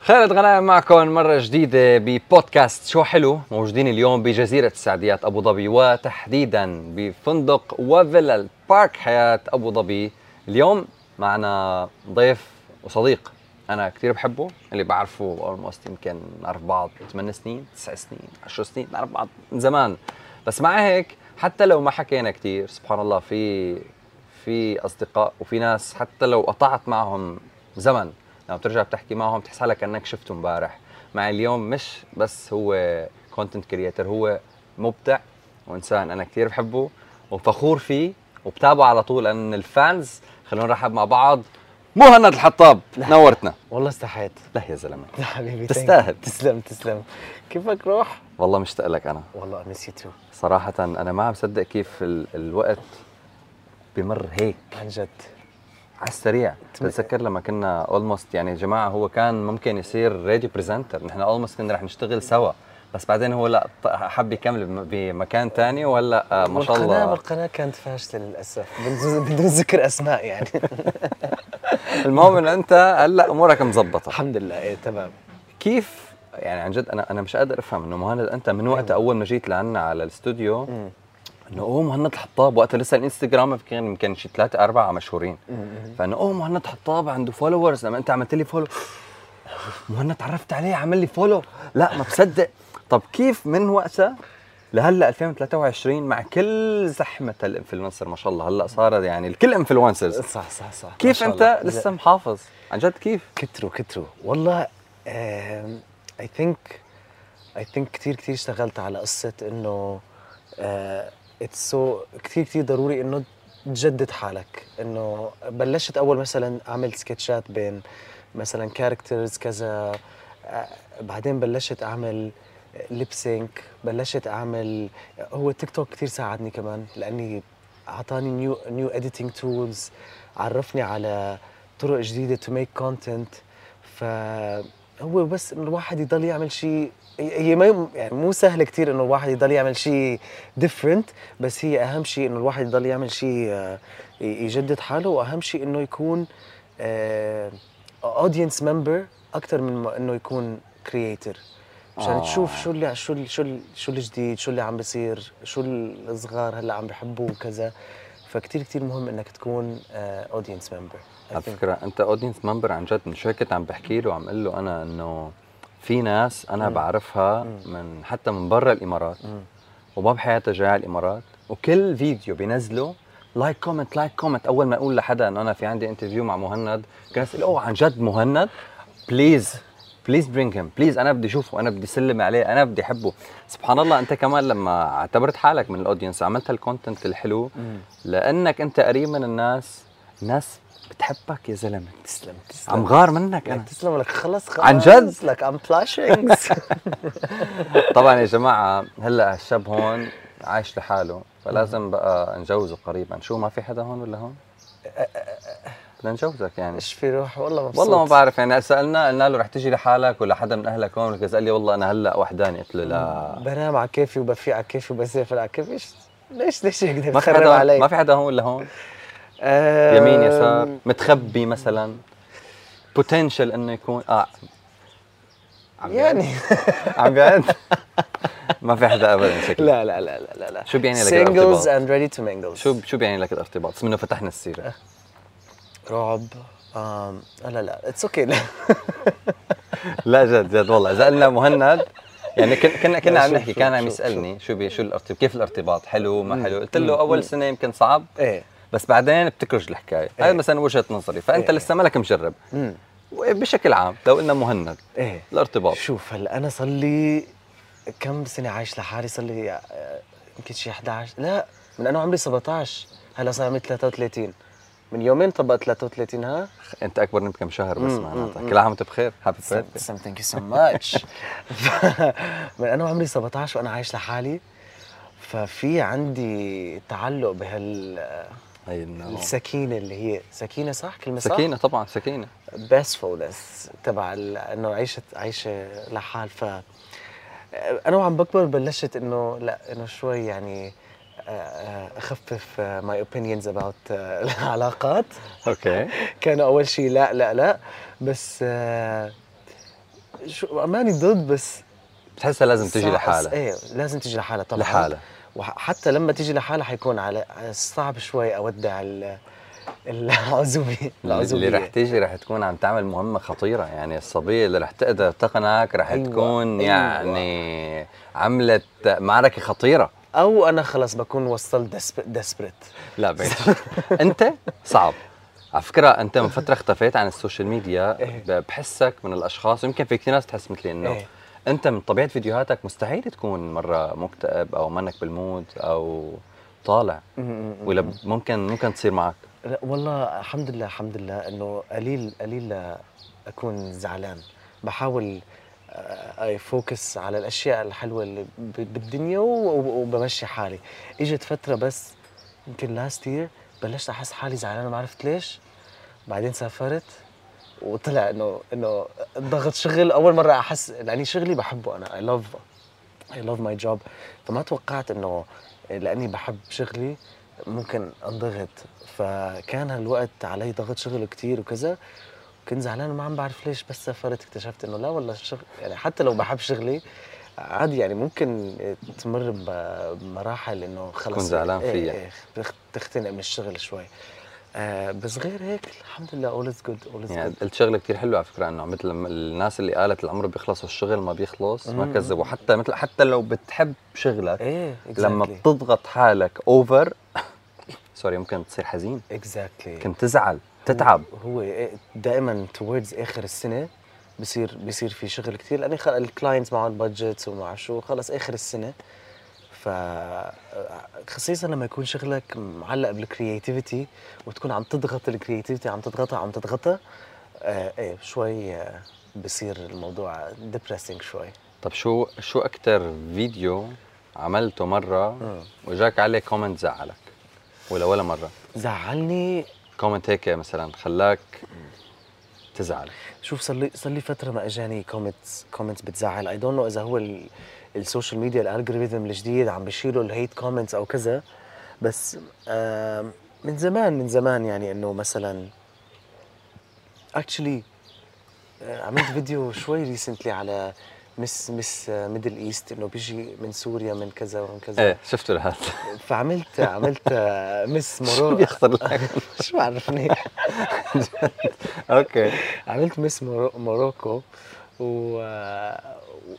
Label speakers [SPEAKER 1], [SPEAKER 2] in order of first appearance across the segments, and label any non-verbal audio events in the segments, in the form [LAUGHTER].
[SPEAKER 1] خالد غنايم معكم مرة جديدة ببودكاست شو حلو موجودين اليوم بجزيرة السعديات أبو ظبي وتحديدا بفندق وفيلل بارك حياة أبو ظبي اليوم معنا ضيف وصديق أنا كثير بحبه اللي بعرفه أولموست يمكن نعرف بعض 8 سنين 9 سنين 10 سنين نعرف بعض من زمان بس مع هيك حتى لو ما حكينا كثير سبحان الله في في أصدقاء وفي ناس حتى لو قطعت معهم زمن لما بترجع بتحكي معهم بتحس حالك انك شفته امبارح مع اليوم مش بس هو كونتنت كرييتر هو مبدع وانسان انا كثير بحبه وفخور فيه وبتابعه على طول ان الفانز خلونا نرحب مع بعض مهند الحطاب نورتنا
[SPEAKER 2] والله استحيت [LAUGHS]
[SPEAKER 1] لا يا زلمه
[SPEAKER 2] لا حبيبي
[SPEAKER 1] تستاهل.
[SPEAKER 2] thank you. تسلم تسلم كيفك روح؟
[SPEAKER 1] والله مشتاق لك انا
[SPEAKER 2] والله ميس يو تو
[SPEAKER 1] صراحه انا ما عم صدق كيف ال... الوقت بمر هيك
[SPEAKER 2] عن جد
[SPEAKER 1] على السريع بتذكر لما كنا اولموست يعني يا جماعه هو كان ممكن يصير راديو بريزنتر نحن اولموست كنا رح نشتغل سوا بس بعدين هو لا ط- حب يكمل بم- بمكان تاني ولا آه ما شاء
[SPEAKER 2] والقناة
[SPEAKER 1] الله
[SPEAKER 2] والقناة كانت فاشلة للأسف بدون- [LAUGHS] بدون ذكر أسماء يعني [LAUGHS]
[SPEAKER 1] المهم انه انت هلا امورك مزبطه
[SPEAKER 2] الحمد لله إيه تمام
[SPEAKER 1] كيف يعني عن جد انا انا مش قادر افهم انه مهند انت من وقت اول ما جيت لعنا على الاستوديو
[SPEAKER 2] أيوة. مم.
[SPEAKER 1] انه اوه مهند الحطاب وقتها لسه الانستغرام كان يمكن شي ثلاثة أربعة مشهورين فانه اوه مهند حطاب عنده فولورز لما انت عملت لي فولو مهند تعرفت عليه عمل لي فولو لا ما بصدق طب كيف من وقتها لهلا 2023 مع كل زحمة الانفلونسر ما شاء الله هلا صار يعني الكل انفلونسرز
[SPEAKER 2] صح صح صح ما
[SPEAKER 1] كيف
[SPEAKER 2] شاء الله.
[SPEAKER 1] انت لسه محافظ عن جد كيف
[SPEAKER 2] كتروا كتروا والله اي ثينك اي ثينك كثير كثير اشتغلت على آه، قصه انه اتس سو كثير كثير ضروري انه تجدد حالك انه بلشت اول مثلا اعمل سكتشات بين مثلا كاركترز كذا آه، بعدين بلشت اعمل ليبسينك بلشت اعمل هو التيك توك كثير ساعدني كمان لاني اعطاني نيو نيو اديتنج تولز عرفني على طرق جديده تو ميك كونتنت فهو بس انه الواحد يضل يعمل شيء هي ما يم- يعني مو سهل كثير انه الواحد يضل يعمل شيء ديفرنت بس هي اهم شيء انه الواحد يضل يعمل شيء آه، ي- يجدد حاله واهم شيء انه يكون آه، اودينس ممبر اكثر من ما انه يكون كرييتر مشان
[SPEAKER 1] آه.
[SPEAKER 2] تشوف شو اللي شو ال- شو ال- شو الجديد شو اللي عم بيصير شو الصغار هلا عم بحبوه وكذا فكتير كتير مهم انك تكون آه، اودينس ممبر
[SPEAKER 1] على فكرة أنت أودينس ممبر عن جد من شوي كنت عم بحكي له وعم قل له أنا إنه في ناس أنا
[SPEAKER 2] مم.
[SPEAKER 1] بعرفها
[SPEAKER 2] مم.
[SPEAKER 1] من حتى من برا الإمارات وما بحياتها جاي على الإمارات وكل فيديو بينزله لايك كومنت لايك كومنت أول ما أقول لحدا إنه أنا في عندي انترفيو مع مهند كان أسأل أوه عن جد مهند بليز بليز برينج هيم بليز أنا بدي أشوفه أنا بدي سلم عليه أنا بدي أحبه سبحان الله أنت كمان لما اعتبرت حالك من الأودينس عملت هالكونتنت الحلو لأنك أنت قريب من الناس الناس بتحبك يا زلمة
[SPEAKER 2] تسلم تسلم
[SPEAKER 1] عم غار منك انا
[SPEAKER 2] لك تسلم لك خلص خلص
[SPEAKER 1] عن جد؟
[SPEAKER 2] لك ام بلاشينج
[SPEAKER 1] [LAUGHS] طبعا يا جماعه هلا هالشاب هون عايش لحاله فلازم بقى نجوزه قريبا شو ما في حدا هون ولا هون بدنا نجوزك يعني
[SPEAKER 2] ايش في روح والله مبسوط
[SPEAKER 1] والله ما بعرف يعني سالنا قلنا له رح تجي لحالك ولا حدا من اهلك هون وكذا قال لي والله انا هلا وحداني قلت له لا
[SPEAKER 2] بنام على كيفي وبفيق على كيفي وبسافر على كيفي ايش ليش ليش هيك
[SPEAKER 1] ما في
[SPEAKER 2] بتخرب
[SPEAKER 1] حدا
[SPEAKER 2] علي
[SPEAKER 1] ما في حدا هون ولا هون
[SPEAKER 2] آه،
[SPEAKER 1] يمين يسار متخبي مثلا بوتنشل انه يكون اه عم بيعد.
[SPEAKER 2] يعني
[SPEAKER 1] عم بيعد [LAUGHS] ما في حدا ابدا شكله
[SPEAKER 2] [LAUGHS] لا لا لا لا لا لا
[SPEAKER 1] شو بيعني لك
[SPEAKER 2] سينجلز
[SPEAKER 1] الارتباط؟
[SPEAKER 2] اند ريدي تو مينجلز
[SPEAKER 1] شو شو بيعني لك الارتباط؟ منه فتحنا السيره
[SPEAKER 2] رعب آم، لا لا إيه. اتس [LAUGHS] اوكي لا
[SPEAKER 1] لا جد جد والله اذا قلنا مهند يعني كن- كنا كنا
[SPEAKER 2] لا،
[SPEAKER 1] عم
[SPEAKER 2] شوف-
[SPEAKER 1] نحكي
[SPEAKER 2] شوف-
[SPEAKER 1] كان عم
[SPEAKER 2] شوف-
[SPEAKER 1] يسالني شو بي شو الارتباط كيف الارتباط حلو ما حلو قلت له اول سنه يمكن صعب
[SPEAKER 2] ايه
[SPEAKER 1] بس بعدين بتكرج الحكايه هاي
[SPEAKER 2] إيه.
[SPEAKER 1] مثلا وجهه نظري فانت
[SPEAKER 2] إيه.
[SPEAKER 1] لسه مالك مجرب
[SPEAKER 2] مم.
[SPEAKER 1] وبشكل عام لو قلنا مهند
[SPEAKER 2] ايه
[SPEAKER 1] الارتباط
[SPEAKER 2] شوف هلا انا صار لي كم سنه عايش لحالي صار لي آه، يمكن شي 11 لا من انا عمري 17 هلا صار عمري 33 من يومين طبقت 33 ها
[SPEAKER 1] انت اكبر مني بكم شهر بس
[SPEAKER 2] مم،
[SPEAKER 1] معناتها
[SPEAKER 2] مم،
[SPEAKER 1] كل عام وانت بخير هابي بيرثدي
[SPEAKER 2] سم ثانك يو سو ماتش [LAUGHS] من انا عمري 17 وانا عايش لحالي ففي عندي تعلق بهالسكينه
[SPEAKER 1] هي إنه-
[SPEAKER 2] اللي هي سكينه صح كلمه صح؟
[SPEAKER 1] سكينه طبعا سكينه
[SPEAKER 2] بيسفولنس تبع ال- انه عيشه عيشه لحال ف انا وعم بكبر بلشت انه لا انه شوي يعني آه، آه، اخفف ماي اوبينيونز اباوت آه، [LAUGHS] العلاقات
[SPEAKER 1] اوكي
[SPEAKER 2] كانوا اول شيء لا لا لا بس آه، شو ماني ضد بس
[SPEAKER 1] بتحسها لازم تجي
[SPEAKER 2] صعب-
[SPEAKER 1] لحالها
[SPEAKER 2] ايه لازم تجي لحالها طبعا
[SPEAKER 1] لحالها
[SPEAKER 2] وحتى لما تيجي لحالها حيكون على على صعب شوي اودع ال- [LAUGHS] العزوبيه
[SPEAKER 1] اللي
[SPEAKER 2] العزوبيه
[SPEAKER 1] رح تيجي رح تكون عم تعمل مهمة خطيرة يعني الصبية اللي رح تقدر تقنعك رح
[SPEAKER 2] أيوة،
[SPEAKER 1] تكون
[SPEAKER 2] أيوة.
[SPEAKER 1] يعني عملت معركة خطيرة
[SPEAKER 2] او انا خلص بكون وصلت ديسبريت
[SPEAKER 1] لا [LAUGHS] بعيد انت صعب على فكرة انت من فترة اختفيت عن السوشيال ميديا
[SPEAKER 2] إيه.
[SPEAKER 1] ب- بحسك من الاشخاص يمكن في كثير ناس تحس مثلي انه
[SPEAKER 2] إيه.
[SPEAKER 1] انت من طبيعة فيديوهاتك مستحيل تكون مرة مكتئب او منك بالمود او طالع ولا ب- ممكن ممكن تصير معك
[SPEAKER 2] لا والله الحمد لله الحمد لله انه قليل قليل لا اكون زعلان بحاول آه، اي فوكس على الاشياء الحلوه اللي ب- بالدنيا و- و- وبمشي حالي اجت فتره بس يمكن لاست يير بلشت احس حالي زعلان ما عرفت ليش بعدين سافرت وطلع انه انه ضغط شغل اول مره احس لاني يعني شغلي بحبه انا اي لاف اي لاف ماي جوب فما توقعت انه لاني بحب شغلي ممكن انضغط فكان هالوقت علي ضغط شغل كتير وكذا كنت زعلان وما عم بعرف ليش بس سافرت اكتشفت انه لا والله الشغل يعني حتى لو بحب شغلي عادي يعني ممكن تمر ب- بمراحل انه خلص
[SPEAKER 1] تكون زعلان
[SPEAKER 2] إيه
[SPEAKER 1] فيها.
[SPEAKER 2] إيه بخ- تختنق من الشغل شوي آه بس غير هيك الحمد لله اول از جود اول از
[SPEAKER 1] يعني
[SPEAKER 2] جود
[SPEAKER 1] قلت شغله كثير حلوه على فكره انه مثل ما الناس اللي قالت العمر بيخلص والشغل ما بيخلص ما
[SPEAKER 2] مم.
[SPEAKER 1] كذبوا حتى مثل حتى لو بتحب شغلك
[SPEAKER 2] ايه
[SPEAKER 1] لما بتضغط حالك [LAUGHS] اوفر سوري ممكن تصير حزين
[SPEAKER 2] اكزاكتلي
[SPEAKER 1] ممكن تزعل تتعب
[SPEAKER 2] هو إيه، دائما توردز اخر السنه بصير بصير في شغل كثير لاني خل... الكلاينتس معهم بادجتس وما بعرف شو خلص اخر السنه ف خصيصا لما يكون شغلك معلق بالكرياتيفيتي وتكون عم تضغط الكرياتيفيتي عم تضغطها عم تضغطها آه ايه شوي آه، بصير الموضوع ديبريسنج شوي
[SPEAKER 1] طب شو شو اكثر فيديو عملته مره واجاك عليه كومنت زعلك ولا ولا مره
[SPEAKER 2] زعلني
[SPEAKER 1] كومنت هيك مثلا خلاك تزعل
[SPEAKER 2] شوف صار لي صار لي فتره ما اجاني كومنتس كومنتس بتزعل اي دونت نو اذا هو ال- السوشيال ميديا الالجوريثم الجديد عم بيشيلوا الهيت كومنتس او كذا بس آم، من زمان من زمان يعني انه مثلا اكشلي آه، عملت فيديو شوي ريسنتلي على آه، مس مس ميدل ايست انه بيجي من سوريا من كذا ومن كذا
[SPEAKER 1] ايه شفته لهذا [LAUGHS]
[SPEAKER 2] [LAUGHS] فعملت عملت آه، مس
[SPEAKER 1] شو
[SPEAKER 2] مورو
[SPEAKER 1] بيخسر لك
[SPEAKER 2] [LAUGHS] شو عرفني
[SPEAKER 1] اوكي
[SPEAKER 2] عملت مس مورو- موروكو و... آه،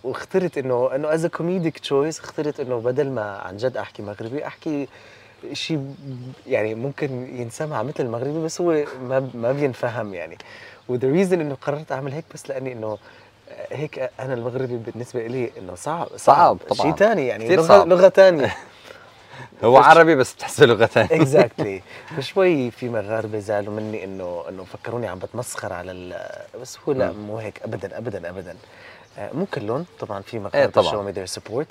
[SPEAKER 2] واخترت انه انه از كوميديك تشويس اخترت انه بدل ما عن جد احكي مغربي احكي شيء يعني ممكن ينسمع مثل المغربي بس هو ما ب- ما بينفهم يعني وذا ريزن انه قررت اعمل هيك بس لاني انه هيك انا المغربي بالنسبه لي انه صعب
[SPEAKER 1] صعب طبعاً.
[SPEAKER 2] شيء ثاني يعني
[SPEAKER 1] كتير
[SPEAKER 2] لغه
[SPEAKER 1] صعب.
[SPEAKER 2] لغه
[SPEAKER 1] [LAUGHS]
[SPEAKER 2] ثانيه
[SPEAKER 1] هو عربي بس بتحسه لغه ثانيه
[SPEAKER 2] [LAUGHS] اكزاكتلي فشوي في مغاربه زعلوا مني انه انه فكروني عم بتمسخر على ال... بس هو لا
[SPEAKER 1] نعم.
[SPEAKER 2] مو هيك ابدا ابدا ابدا آه، مو كلهم طبعا في
[SPEAKER 1] إيه
[SPEAKER 2] مغاربه
[SPEAKER 1] طبعاً.
[SPEAKER 2] شو مي ذير سبورت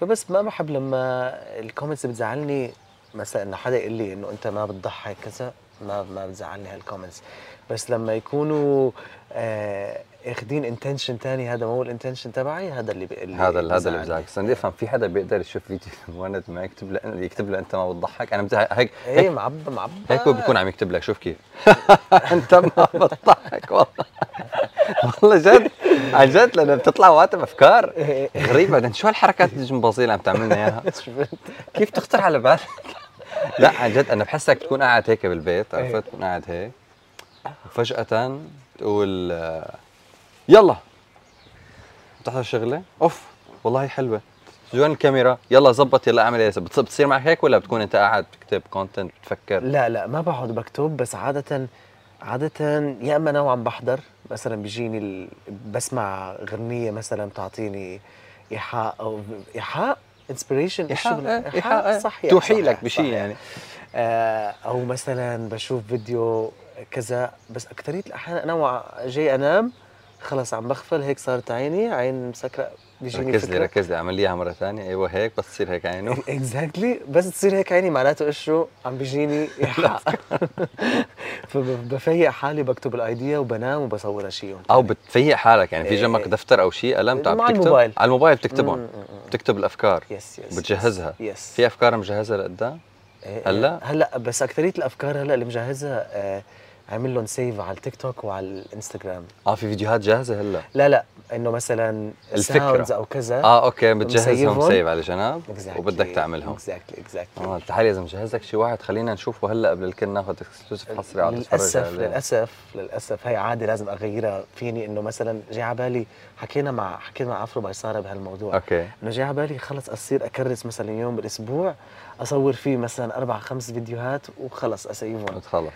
[SPEAKER 2] فبس ما بحب لما الكومنتس بتزعلني مثلا انه حدا يقول لي انه انت ما بتضحك كذا ما ما بتزعلني هالكومنتس بس لما يكونوا آه اخذين انتنشن تاني هذا مو الانتنشن تبعي هذا اللي بي-
[SPEAKER 1] هذا ال- هذا اللي
[SPEAKER 2] بزعلني.
[SPEAKER 1] بزعلك صرت افهم في حدا بيقدر يشوف فيديو [LAUGHS] مولد ما يكتب له يكتب له انت ما بتضحك انا بت- هيك
[SPEAKER 2] ايه
[SPEAKER 1] هيك
[SPEAKER 2] معبى معبى
[SPEAKER 1] هيك
[SPEAKER 2] [LAUGHS]
[SPEAKER 1] هو بيكون عم يكتب لك شوف كيف [LAUGHS] انت ما بتضحك والله والله جد عن جد لانه بتطلع وقتها افكار
[SPEAKER 2] إيه.
[SPEAKER 1] غريبه بعدين شو هالحركات الجمبازيه اللي عم تعملنا اياها كيف تخطر على بالك [LAUGHS] لا عن جد انا بحسك تكون قاعد هيك بالبيت
[SPEAKER 2] إيه.
[SPEAKER 1] عرفت تكون قاعد هيك وفجاه تقول آه، يلا بتحضر شغله اوف والله حلوه جوان الكاميرا يلا زبط يلا اعمل ايه بتص- بتصير معك هيك ولا بتكون انت قاعد بتكتب كونتنت بتفكر
[SPEAKER 2] لا لا ما بقعد بكتب بس عادة عادة يا اما انا وعم بحضر مثلا بيجيني ال... بسمع غنية مثلا بتعطيني ايحاء او ايحاء انسبريشن
[SPEAKER 1] إيحاء، إيه، إيحاء،
[SPEAKER 2] صح يعني،
[SPEAKER 1] توحي
[SPEAKER 2] صح
[SPEAKER 1] لك
[SPEAKER 2] يعني،
[SPEAKER 1] بشيء
[SPEAKER 2] صح
[SPEAKER 1] يعني
[SPEAKER 2] آه، او مثلا بشوف فيديو كذا بس اكثريه الاحيان انا وع- جاي انام خلص عم بغفل هيك صارت عيني عين مسكره بيجيني
[SPEAKER 1] ركز لي
[SPEAKER 2] فكره
[SPEAKER 1] ركز لي اعمل ليها مره ثانيه ايوه هيك بس تصير هيك عينه
[SPEAKER 2] اكزاكتلي بس تصير هيك عيني معناته قشره عم بيجيني
[SPEAKER 1] [LAUGHS]
[SPEAKER 2] إيحاء. [LAUGHS] فبفيق حالي بكتب الايديا وبنام وبصورها شي يوم
[SPEAKER 1] او بتفيق حالك يعني في
[SPEAKER 2] إيه،
[SPEAKER 1] جنبك
[SPEAKER 2] إيه.
[SPEAKER 1] دفتر او شيء قلم تعب
[SPEAKER 2] مع
[SPEAKER 1] تكتب
[SPEAKER 2] الموبايل.
[SPEAKER 1] على الموبايل بتكتبهم
[SPEAKER 2] مم، مم، مم.
[SPEAKER 1] بتكتب الافكار
[SPEAKER 2] يس يس
[SPEAKER 1] بتجهزها.
[SPEAKER 2] يس
[SPEAKER 1] في افكار مجهزه لقدام
[SPEAKER 2] إيه،
[SPEAKER 1] هلا؟
[SPEAKER 2] إيه. هلا بس اكثريه الافكار هلا اللي مجهزها آه، عامل لهم سيف على التيك توك وعلى الانستغرام
[SPEAKER 1] اه في فيديوهات جاهزه هلا
[SPEAKER 2] لا لا انه مثلا
[SPEAKER 1] الفكرة.
[SPEAKER 2] sounds او كذا
[SPEAKER 1] اه اوكي بتجهزهم
[SPEAKER 2] مسيفهم.
[SPEAKER 1] سيف على جنب
[SPEAKER 2] Exactly.
[SPEAKER 1] وبدك تعملهم
[SPEAKER 2] exactly exactly
[SPEAKER 1] اه تعال يا زلمه جهز لك شي واحد خلينا نشوفه هلا قبل الكل ناخذ اكسكلوسيف حصري على
[SPEAKER 2] للاسف للاسف للاسف هي عاده لازم اغيرها فيني انه مثلا جاي على بالي حكينا مع حكينا مع عفرو بيساره بهالموضوع
[SPEAKER 1] اوكي
[SPEAKER 2] انه جاي على بالي خلص اصير اكرس مثلا يوم بالاسبوع اصور فيه مثلا اربع خمس فيديوهات وخلص اسيفهم
[SPEAKER 1] خلص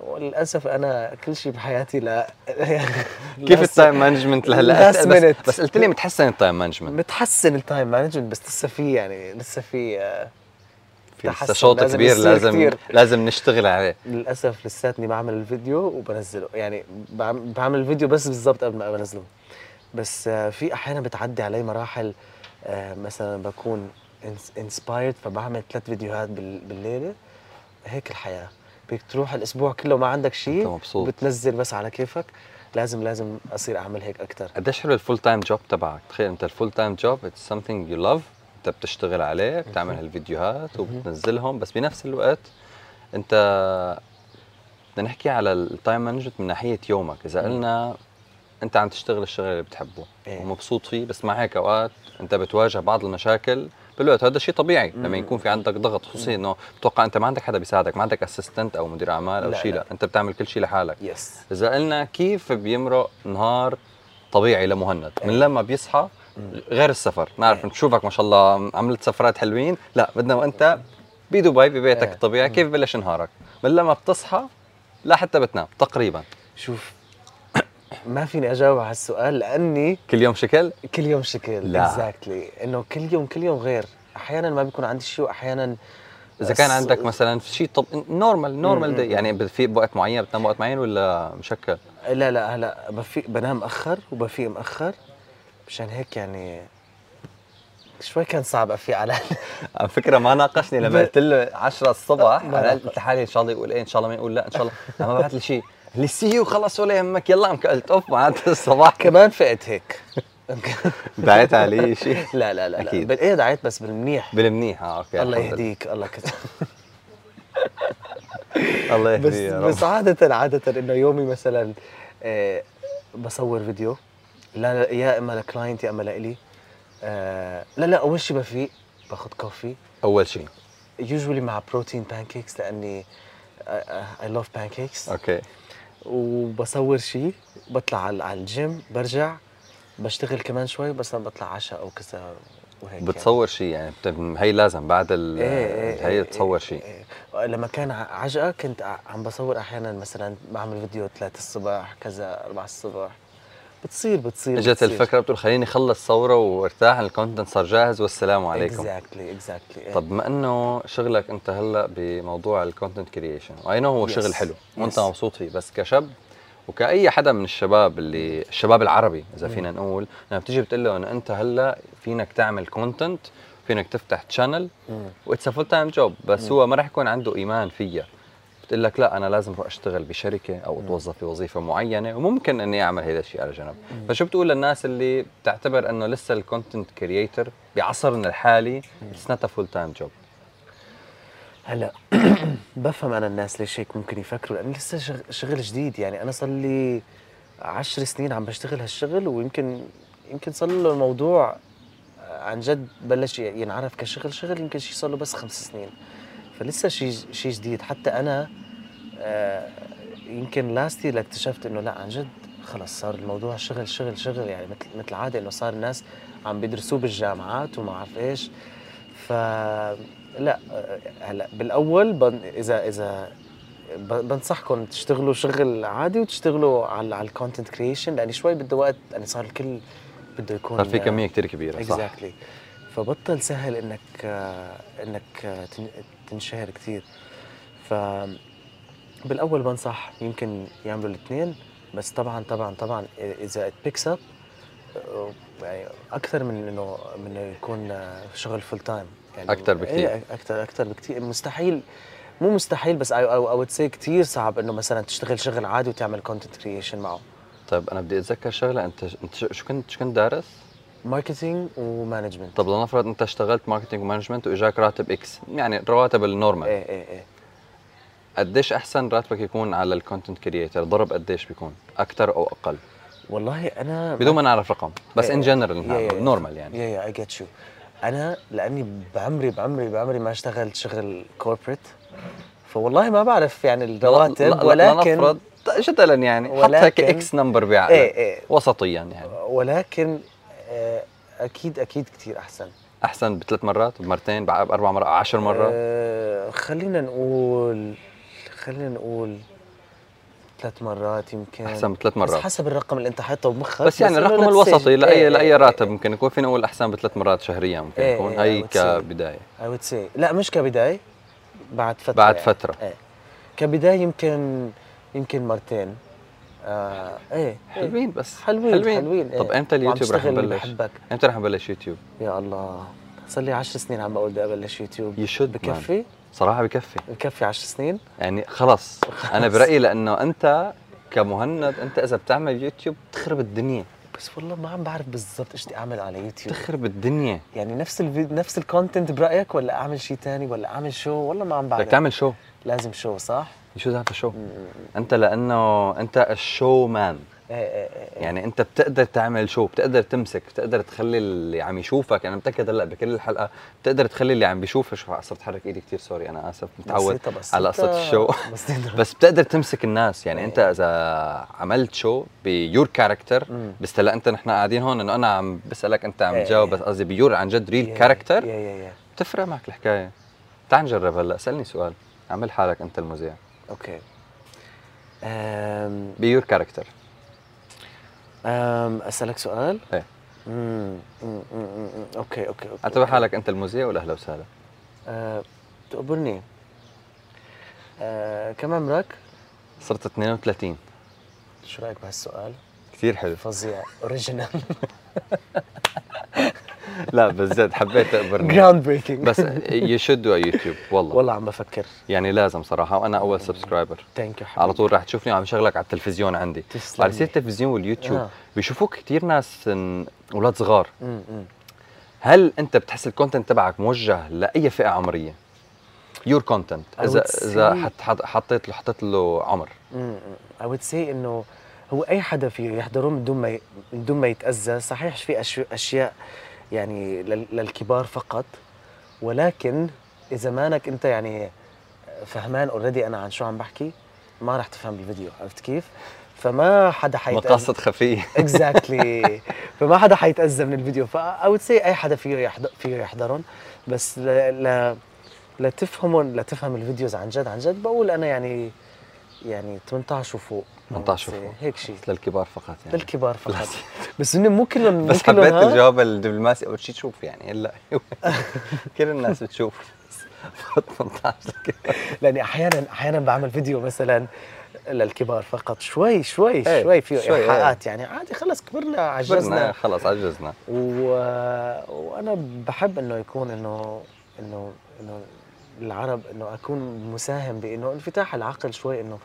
[SPEAKER 2] وللاسف انا كل شيء بحياتي لا يعني
[SPEAKER 1] [LAUGHS] كيف التايم مانجمنت لهلا
[SPEAKER 2] last
[SPEAKER 1] أسأل-
[SPEAKER 2] minute.
[SPEAKER 1] بس, بس قلت لي متحسن التايم مانجمنت
[SPEAKER 2] متحسن التايم مانجمنت بس لسه في يعني لسه في آه،
[SPEAKER 1] في لسه
[SPEAKER 2] تحسن
[SPEAKER 1] شوط
[SPEAKER 2] لازم
[SPEAKER 1] كبير
[SPEAKER 2] يصير
[SPEAKER 1] لازم
[SPEAKER 2] كتير.
[SPEAKER 1] لازم نشتغل عليه
[SPEAKER 2] للاسف لساتني بعمل الفيديو وبنزله يعني بعم- بعمل الفيديو بس بالضبط قبل ما بنزله بس آه، في احيانا بتعدي علي مراحل آه، مثلا بكون انسبايرد فبعمل ثلاث فيديوهات بال- بالليله هيك الحياه بدك تروح الاسبوع كله ما عندك
[SPEAKER 1] انت
[SPEAKER 2] شيء
[SPEAKER 1] مبسوط
[SPEAKER 2] وبتنزل بس على كيفك لازم لازم اصير اعمل هيك اكثر
[SPEAKER 1] قديش حلو الفول تايم جوب تبعك تخيل انت الفول تايم جوب اتس سمثينج يو لاف انت بتشتغل عليه بتعمل هالفيديوهات وبتنزلهم بس بنفس الوقت انت بدنا نحكي على التايم مانجمنت من ناحيه يومك اذا
[SPEAKER 2] مم.
[SPEAKER 1] قلنا انت عم تشتغل الشغل اللي بتحبه
[SPEAKER 2] إيه.
[SPEAKER 1] ومبسوط فيه بس مع هيك اوقات انت بتواجه بعض المشاكل بالوقت هذا شيء طبيعي
[SPEAKER 2] مم.
[SPEAKER 1] لما يكون في عندك ضغط خصوصي انه بتوقع انت ما عندك حدا بيساعدك ما عندك اسيستنت او مدير اعمال او
[SPEAKER 2] لا،
[SPEAKER 1] شيء
[SPEAKER 2] لا.
[SPEAKER 1] لا انت بتعمل كل شيء لحالك
[SPEAKER 2] يس
[SPEAKER 1] اذا قلنا كيف بيمرق نهار طبيعي لمهند من لما بيصحى غير السفر نعرف
[SPEAKER 2] إيه.
[SPEAKER 1] نشوفك ما شاء الله عملت سفرات حلوين لا بدنا وانت بدبي ببيتك
[SPEAKER 2] إيه.
[SPEAKER 1] الطبيعي كيف بلش نهارك من لما بتصحى لا حتى بتنام تقريبا
[SPEAKER 2] شوف [COUGHS] ما فيني اجاوب على هالسؤال لاني
[SPEAKER 1] كل يوم شكل
[SPEAKER 2] كل يوم شكل
[SPEAKER 1] لا.
[SPEAKER 2] exactly. انه كل يوم كل يوم غير احيانا ما بيكون عندي شيء واحيانا
[SPEAKER 1] اذا كان
[SPEAKER 2] بس- إيه،
[SPEAKER 1] عندك مثلا شيء طب نورمال نورمال
[SPEAKER 2] مم.
[SPEAKER 1] دي يعني بت- في وقت معين بتنام وقت معين ولا مشكل
[SPEAKER 2] لا لا هلا بفيق بنام مأخر وبفيق مأخر مشان هيك يعني شوي كان صعب افيق على [LAUGHS]
[SPEAKER 1] على فكره ما ناقشني لما
[SPEAKER 2] ب-
[SPEAKER 1] قلت له 10 الصبح
[SPEAKER 2] ما
[SPEAKER 1] انا
[SPEAKER 2] ناقش.
[SPEAKER 1] قلت لحالي ان شاء الله يقول ايه ان شاء الله ما يقول لا ان شاء الله لما بعت لي شيء لي سي يو خلص ولا يهمك يلا عم قلت اوف معناته الصباح
[SPEAKER 2] كمان
[SPEAKER 1] [LAUGHS]
[SPEAKER 2] فقت هيك [LAUGHS]
[SPEAKER 1] دعيت عليه [LAUGHS] شيء
[SPEAKER 2] لا لا لا, لا.
[SPEAKER 1] أكيد.
[SPEAKER 2] بال- ايه دعيت بس بالمنيح
[SPEAKER 1] بالمنيح اه اوكي
[SPEAKER 2] الله
[SPEAKER 1] الحمد
[SPEAKER 2] يهديك الله كتب
[SPEAKER 1] لله. الله
[SPEAKER 2] بس
[SPEAKER 1] يهديه يا رب
[SPEAKER 2] بس عادة عادة انه يومي مثلا آه بصور فيديو لا لا يا اما لكلاينت يا اما لإلي آه لا لا اول شيء بفيق باخذ كوفي
[SPEAKER 1] اول شيء
[SPEAKER 2] يوجولي مع بروتين بانكيكس لاني آه، اي لاف بانكيكس
[SPEAKER 1] اوكي
[SPEAKER 2] وبصور شيء بطلع على على الجيم برجع بشتغل كمان شوي بس أنا بطلع عشاء او كذا وهيك
[SPEAKER 1] بتصور شيء يعني بت- هي لازم بعد ال
[SPEAKER 2] يعني. إيه إيه
[SPEAKER 1] هي
[SPEAKER 2] إيه
[SPEAKER 1] بتصور
[SPEAKER 2] إيه
[SPEAKER 1] شيء
[SPEAKER 2] إيه. لما كان ع- عجقة كنت ع- عم بصور احيانا مثلا بعمل فيديو 3 الصبح كذا 4 الصبح بتصير إيه، بتصير
[SPEAKER 1] اجت الفكره بتقول خليني اخلص ثوره وارتاح الكونتنت صار جاهز والسلام عليكم
[SPEAKER 2] اكزاكتلي اكزاكتلي
[SPEAKER 1] طب ما انه شغلك انت هلا بموضوع الكونتنت كرييشن اي نو هو
[SPEAKER 2] Yes.
[SPEAKER 1] شغل حلو وانت
[SPEAKER 2] Yes.
[SPEAKER 1] مبسوط فيه بس كشاب وكاي حدا من الشباب اللي الشباب العربي اذا فينا نقول لما بتيجي بتقول له انه انت هلا فينك تعمل كونتنت فينك تفتح تشانل واتس فول تايم جوب بس هو ما راح يكون عنده ايمان فيها بتقول لك لا انا لازم اروح اشتغل بشركه او اتوظف بوظيفه معينه وممكن اني اعمل هذا الشيء على جنب فشو بتقول للناس اللي بتعتبر انه لسه الكونتنت كرييتر بعصرنا الحالي اتس نوت فول تايم جوب
[SPEAKER 2] هلا [CLEARS THROAT] بفهم انا الناس ليش هيك ممكن يفكروا لاني لسه شغ- شغل جديد يعني انا صار لي 10 سنين عم بشتغل هالشغل ويمكن يمكن صار له الموضوع آه، عن جد بلش ي- ينعرف كشغل شغل يمكن شي صار له بس خمس سنين فلسه شيء شيء جديد حتى انا آه، يمكن لاستي لاكتشفت انه لا عن جد خلص صار الموضوع شغل شغل شغل يعني مثل مثل العاده انه صار الناس عم بيدرسوه بالجامعات وما عارف ايش ف لا آه، هلا بالاول بن اذا اذا ب- بنصحكم تشتغلوا شغل عادي وتشتغلوا على على الكونتنت كريشن لان شوي بده وقت يعني صار الكل بده يكون
[SPEAKER 1] صار في
[SPEAKER 2] آه،
[SPEAKER 1] كميه كثير كبيره صح
[SPEAKER 2] اكزاكتلي فبطل سهل انك آه، انك آه، تن- تنشهر كثير ف بالاول بنصح يمكن يعملوا الاثنين بس طبعا طبعا طبعا اذا ات بيكس اب يعني اكثر من انه من إنه يكون آه، شغل فول تايم يعني
[SPEAKER 1] أكتر بكتير.
[SPEAKER 2] إيه اكثر اكثر بكثير مستحيل مو مستحيل بس اي وود سي كثير صعب انه مثلا تشتغل شغل عادي وتعمل كونتنت كريشن معه
[SPEAKER 1] طيب انا بدي اتذكر شغله انت انت شو- شو كنت شو كنت دارس؟
[SPEAKER 2] ماركتينج ومانجمنت
[SPEAKER 1] طب لنفرض انت اشتغلت ماركتينج ومانجمنت واجاك راتب اكس يعني رواتب النورمال
[SPEAKER 2] ايه ايه ايه
[SPEAKER 1] قديش احسن راتبك يكون على الكونتنت كرييتر ضرب قديش بيكون اكثر او اقل
[SPEAKER 2] والله انا
[SPEAKER 1] بدون ما نعرف رقم بس
[SPEAKER 2] Yeah,
[SPEAKER 1] ان
[SPEAKER 2] yeah.
[SPEAKER 1] جنرال
[SPEAKER 2] Yeah, yeah.
[SPEAKER 1] نورمال يعني
[SPEAKER 2] يا يا اي جيت يو انا لاني بعمري بعمري بعمري ما اشتغلت شغل كوربريت فوالله ما بعرف يعني
[SPEAKER 1] لا- لا-
[SPEAKER 2] الرواتب
[SPEAKER 1] لا
[SPEAKER 2] ولكن
[SPEAKER 1] نفرض جدلا يعني حط هيك
[SPEAKER 2] ولكن-
[SPEAKER 1] اكس نمبر بعقلك
[SPEAKER 2] ايه ايه
[SPEAKER 1] وسطيا يعني
[SPEAKER 2] ولكن آه، اكيد اكيد كثير احسن
[SPEAKER 1] احسن بثلاث مرات بمرتين بع- باربع مرات عشر مرات
[SPEAKER 2] آه، خلينا نقول خلينا نقول ثلاث مرات يمكن
[SPEAKER 1] احسن بثلاث
[SPEAKER 2] بس
[SPEAKER 1] مرات
[SPEAKER 2] حسب الرقم اللي انت حاطه بمخك
[SPEAKER 1] بس يعني
[SPEAKER 2] طيب، إنه
[SPEAKER 1] الرقم
[SPEAKER 2] لا
[SPEAKER 1] الوسطي
[SPEAKER 2] تسجل.
[SPEAKER 1] لاي
[SPEAKER 2] إيه،
[SPEAKER 1] لاي
[SPEAKER 2] إيه،
[SPEAKER 1] راتب ممكن يكون فينا نقول احسن بثلاث مرات شهريا ممكن
[SPEAKER 2] إيه،
[SPEAKER 1] يكون
[SPEAKER 2] إيه،
[SPEAKER 1] هي
[SPEAKER 2] I would say.
[SPEAKER 1] كبدايه
[SPEAKER 2] I would say لا مش كبداية بعد فترة
[SPEAKER 1] بعد
[SPEAKER 2] يعني.
[SPEAKER 1] فترة.
[SPEAKER 2] ايه كبداية يمكن يمكن مرتين آه ايه
[SPEAKER 1] حلوين بس
[SPEAKER 2] حلوين حلوين, حلوين. إيه.
[SPEAKER 1] طب امتى اليوتيوب رح
[SPEAKER 2] وعم بشتغل
[SPEAKER 1] نبلش؟
[SPEAKER 2] بحبك
[SPEAKER 1] امتى رح نبلش يوتيوب؟
[SPEAKER 2] يا الله صار لي 10 سنين عم بقول بدي ابلش يوتيوب
[SPEAKER 1] You should,
[SPEAKER 2] بكفي
[SPEAKER 1] صراحه بكفي
[SPEAKER 2] بكفي 10 سنين
[SPEAKER 1] يعني
[SPEAKER 2] [LAUGHS]
[SPEAKER 1] خلص انا برايي لانه انت كمهند انت اذا بتعمل يوتيوب بتخرب الدنيا
[SPEAKER 2] بس والله ما عم بعرف بالضبط ايش بدي اعمل على يوتيوب
[SPEAKER 1] بتخرب الدنيا
[SPEAKER 2] يعني نفس الفيديو نفس الكونتنت برايك ولا اعمل شيء تاني ولا اعمل شو والله ما عم
[SPEAKER 1] بدك
[SPEAKER 2] بعرف
[SPEAKER 1] تعمل شو
[SPEAKER 2] لازم شو صح؟
[SPEAKER 1] شو هذا شو
[SPEAKER 2] م- م-
[SPEAKER 1] انت لانه انت الشو مان
[SPEAKER 2] ايه ايه ايه إيه.
[SPEAKER 1] يعني انت بتقدر تعمل شو بتقدر تمسك بتقدر تخلي اللي عم يشوفك يعني انا متاكد هلا بكل الحلقه بتقدر تخلي اللي عم بيشوفك شو صرت حرك ايدي كثير سوري انا اسف متعود
[SPEAKER 2] بسيطة بسيطة.
[SPEAKER 1] على قصة الشو.
[SPEAKER 2] بسيطة
[SPEAKER 1] [LAUGHS] بس بتقدر تمسك الناس يعني
[SPEAKER 2] إيه.
[SPEAKER 1] انت اذا عملت شو بيور كاركتر
[SPEAKER 2] مم.
[SPEAKER 1] بس هلا انت نحن قاعدين هون انه انا عم بسالك انت عم
[SPEAKER 2] إيه.
[SPEAKER 1] تجاوب بس قصدي بيور عن جد ريل كاركتر
[SPEAKER 2] يا يا يا
[SPEAKER 1] بتفرق معك الحكايه تعال نجرب هلا سالني سؤال عمل حالك انت المذيع
[SPEAKER 2] اوكي أم
[SPEAKER 1] بيور كاركتر
[SPEAKER 2] أم اسالك سؤال؟
[SPEAKER 1] إيه.
[SPEAKER 2] مم، مم، مم، مم، اوكي اوكي اوكي
[SPEAKER 1] اعتبر حالك انت المذيع ولا اهلا وسهلا
[SPEAKER 2] أه، تقبرني أه، كم عمرك؟
[SPEAKER 1] صرت 32
[SPEAKER 2] شو رايك بهالسؤال؟
[SPEAKER 1] كثير حلو
[SPEAKER 2] فظيع
[SPEAKER 1] [LAUGHS]
[SPEAKER 2] اوريجينال
[SPEAKER 1] لا بجد حبيت اقبرني
[SPEAKER 2] جراوند بريكنج
[SPEAKER 1] بس يشدوا على يوتيوب والله. والله
[SPEAKER 2] والله عم بفكر
[SPEAKER 1] يعني لازم صراحه وانا اول سبسكرايبر
[SPEAKER 2] ثانك يو
[SPEAKER 1] على طول رح تشوفني عم شغلك على التلفزيون عندي
[SPEAKER 2] تسلم
[SPEAKER 1] على سيره التلفزيون واليوتيوب
[SPEAKER 2] آه.
[SPEAKER 1] بيشوفوك كثير ناس إن- اولاد صغار
[SPEAKER 2] مم، مم.
[SPEAKER 1] هل انت بتحس الكونتنت تبعك موجه لاي فئه عمريه يور كونتنت
[SPEAKER 2] I
[SPEAKER 1] اذا
[SPEAKER 2] would
[SPEAKER 1] اذا
[SPEAKER 2] say-
[SPEAKER 1] حط- حط- حطيت له حطيت له عمر
[SPEAKER 2] اي وود سي انه هو اي حدا فيه يحضرون بدون ما ي- بدون ما يتاذى صحيح في أش- اشياء يعني لل- للكبار فقط ولكن اذا مانك انت يعني فهمان اوريدي انا عن شو عم بحكي ما راح تفهم بالفيديو عرفت كيف فما حدا حيتاذى
[SPEAKER 1] مقاصد
[SPEAKER 2] [LAUGHS]
[SPEAKER 1] خفيه
[SPEAKER 2] اكزاكتلي فما حدا حيتاذى من الفيديو فا اي وود سي اي حدا فيه يحضر فيه يحضرهم بس ل... ل... لتفهمهم لتفهم الفيديوز عن جد عن جد بقول انا يعني يعني 18 وفوق
[SPEAKER 1] 18 وفوق.
[SPEAKER 2] هيك شيء
[SPEAKER 1] للكبار فقط يعني
[SPEAKER 2] للكبار فقط
[SPEAKER 1] لازم.
[SPEAKER 2] بس انه مو كلهم
[SPEAKER 1] بس
[SPEAKER 2] مو كلهم
[SPEAKER 1] حبيت
[SPEAKER 2] ها؟
[SPEAKER 1] الجواب الدبلوماسي اول شيء تشوف يعني هلا [LAUGHS] كل الناس
[SPEAKER 2] [LAUGHS]
[SPEAKER 1] بتشوف 18
[SPEAKER 2] لاني احيانا احيانا بعمل فيديو مثلا للكبار فقط شوي شوي
[SPEAKER 1] إيه،
[SPEAKER 2] شوي فيه
[SPEAKER 1] شوي، إيه.
[SPEAKER 2] ايحاءات يعني عادي خلص كبرنا
[SPEAKER 1] عجزنا
[SPEAKER 2] عجزنا
[SPEAKER 1] خلص عجزنا
[SPEAKER 2] و... وانا بحب انه يكون انه انه انه العرب انه اكون مساهم بانه انفتاح العقل شوي انه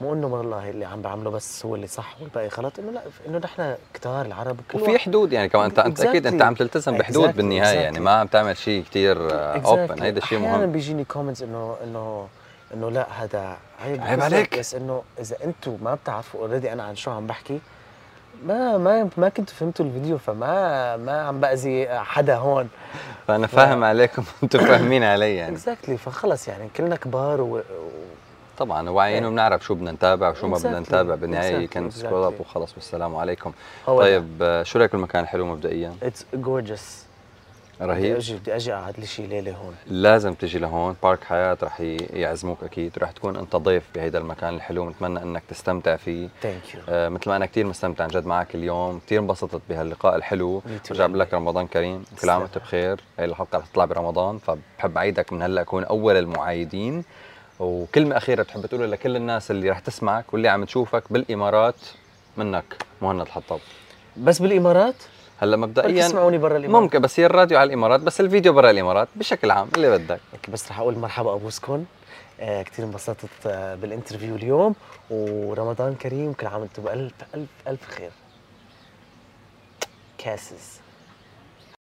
[SPEAKER 2] مو انه والله اللي عم بعمله بس هو اللي صح والباقي غلط انه لا انه نحن كتار العرب كل
[SPEAKER 1] وفي
[SPEAKER 2] واحد-
[SPEAKER 1] حدود يعني كمان انت انت اكيد انت
[SPEAKER 2] Exactly.
[SPEAKER 1] عم تلتزم بحدود
[SPEAKER 2] Exactly,
[SPEAKER 1] بالنهايه
[SPEAKER 2] exactly.
[SPEAKER 1] يعني ما عم تعمل شيء كثير اوبن
[SPEAKER 2] Exactly.
[SPEAKER 1] هيدا شيء
[SPEAKER 2] احيانا
[SPEAKER 1] مهم
[SPEAKER 2] بيجيني كومنتس انه انه انه لا هذا عيب
[SPEAKER 1] عيب
[SPEAKER 2] بالضبط،
[SPEAKER 1] عليك.
[SPEAKER 2] بس انه اذا انتم ما بتعرفوا اوريدي انا عن شو عم بحكي ما ما ما كنتوا فهمتوا الفيديو فما ما عم باذي حدا هون
[SPEAKER 1] فانا فاهم عليكم [LAUGHS] انتم فاهمين علي يعني
[SPEAKER 2] اكزاكتلي فخلص يعني كلنا كبار و... و...
[SPEAKER 1] طبعا واعيين وبنعرف شو بدنا نتابع وشو ما بدنا
[SPEAKER 2] Exactly.
[SPEAKER 1] نتابع بالنهايه
[SPEAKER 2] Exactly,
[SPEAKER 1] كان سكرول اب
[SPEAKER 2] exactly.
[SPEAKER 1] وخلص والسلام عليكم
[SPEAKER 2] هو
[SPEAKER 1] طيب آه، شو رايك المكان حلو مبدئيا
[SPEAKER 2] اتس جورجس بدي
[SPEAKER 1] رهيب
[SPEAKER 2] اجي بدي اجي اقعد لي شي ليله هون
[SPEAKER 1] لازم تجي لهون بارك حياة رح ي- يعزموك أكيد رح تكون أنت ضيف بهيدا المكان الحلو نتمنى أنك تستمتع فيه
[SPEAKER 2] ثانك يو
[SPEAKER 1] آه، مثل ما أنا كتير مستمتع عن جد معك اليوم كتير انبسطت بهاللقاء الحلو
[SPEAKER 2] Me too.
[SPEAKER 1] برجع بقول لك رمضان كريم كل عام وأنت بخير هاي الحلقة رح تطلع برمضان فبحب أعيدك من هلأ أكون أول المعايدين وكلمة أخيرة بتحب تقولها لكل الناس اللي رح تسمعك واللي عم تشوفك بالإمارات منك مهند حطب
[SPEAKER 2] بس بالامارات
[SPEAKER 1] هلا
[SPEAKER 2] بل
[SPEAKER 1] مبدئيا
[SPEAKER 2] تسمعوني برا الامارات
[SPEAKER 1] طيب، يعني ممكن بس هي الراديو على الامارات بس الفيديو برا الامارات بشكل عام اللي بدك
[SPEAKER 2] ممكن بس رح اقول مرحبا ابوسكم آه كثير انبسطت آه بالانترفيو اليوم ورمضان كريم كل عام وانتم بالف الف الف خير كاسز